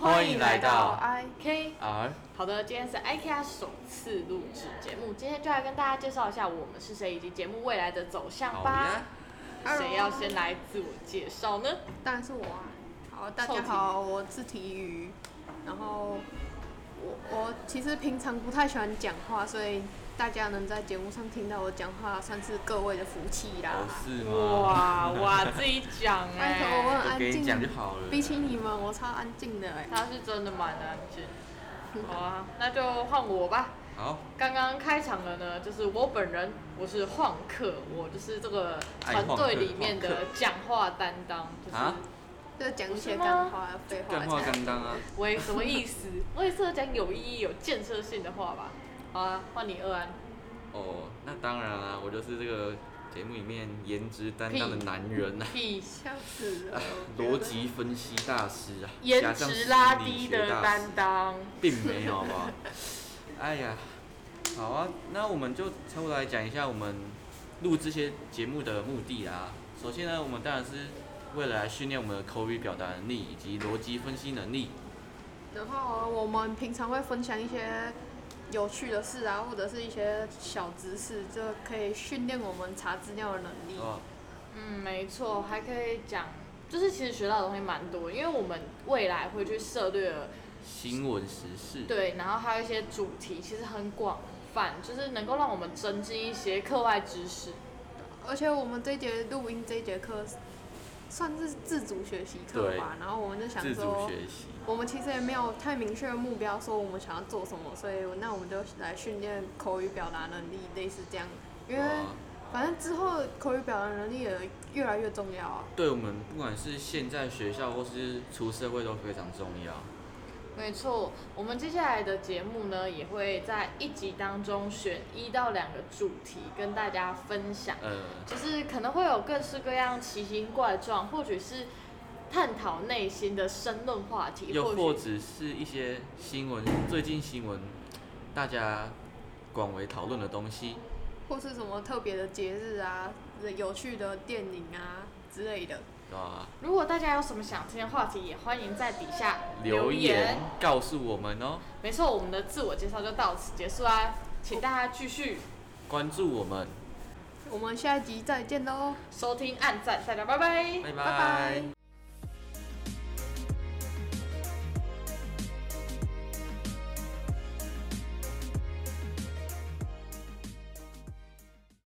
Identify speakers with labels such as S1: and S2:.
S1: 欢迎来到
S2: I
S1: K，
S2: R
S1: 好的，今天是 IKEA 首次录制节目，今天就来跟大家介绍一下我们是谁以及节目未来的走向
S2: 好
S1: 吧
S2: 呀。，
S1: 谁要先来自我介绍呢？
S3: 当然是我啊！好，大家好，我是体育，然后我我其实平常不太喜欢讲话，所以大家能在节目上听到我讲话，算是各位的福气啦。
S2: 哦是吗？
S1: 哇哇，自己讲
S3: 拜托，我
S1: 哎、
S3: 很安
S2: 给你
S3: 静，
S2: 讲就好了。
S3: 比起你们，我超安静的哎、
S1: 他是真的蛮安静。好啊，那就换我吧。
S2: 好，
S1: 刚刚开场的呢，就是我本人，我是晃客，我就是这个
S2: 爱
S1: 团
S2: 晃客
S1: 队里面
S2: 晃
S1: 的
S2: 客
S1: 讲话担当，就是
S2: 啊
S3: 就讲一些
S1: 不是吗
S3: 干话、废话
S2: 干话
S3: 才。
S2: 刚刚啊，
S1: 我也什么意思？我也适合讲有意义、有建设性的话吧。好啊，换你二安。
S2: 哦，那当然啊，我就是这个节目里面颜值担当的男人啊，
S1: 屁，
S3: 笑死了！我觉得
S2: 逻辑分析大师啊，
S1: 颜值拉低的
S2: 担
S1: 担当。
S2: 并没有，好不好？哎呀，好啊，那我们就差不多来讲一下我们录这些节目的目的啦。首先呢，我们当然是为了来训练我们的口语表达能力以及逻辑分析能力。
S3: 然后我们平常会分享一些有趣的事啊，或者是一些小知识，就可以训练我们查资料的能力。
S2: 哦，
S1: 嗯，没错，还可以讲，就是其实学到的东西蛮多，因为我们未来会去涉略
S2: 新闻时事。
S1: 对，然后还有一些主题，其实很广泛，就是能够让我们增进一些课外知识。
S3: 而且我们这一节录音这一节课算是自主学习课
S2: 对
S3: 吧，然后我们就想
S2: 自主
S3: 说，
S2: 学习。
S3: 我们其实也没有太明确的目标，说我们想要做什么，所以那我们就来训练口语表达能力，类似这样。因为
S2: 哇
S3: 反正之后口语表达能力也越来越重要啊。
S2: 对我们不管是现在学校或是出社会都非常重要。
S1: 没错，我们接下来的节目呢，也会在一集当中选一到两个主题跟大家分享。
S2: 呃，
S1: 就是可能会有各式各样奇形怪状，或许是探讨内心的申论话题，
S2: 又或
S1: 或许
S2: 者是一些新闻，最近新闻大家广为讨论的东西。
S3: 或是什么特别的节日啊、有趣的电影啊之类的。
S2: 啊，
S1: 如果大家有什么想听的话题，也欢迎在底下
S2: 留
S1: 言
S2: 言。告诉我们哦，
S1: 没错，我们的自我介绍就到此结束啦，请大家继续
S2: 关注我们，
S3: 我们下一集再见喽！
S1: 收听、按赞，大家拜拜。
S2: 拜
S3: 拜拜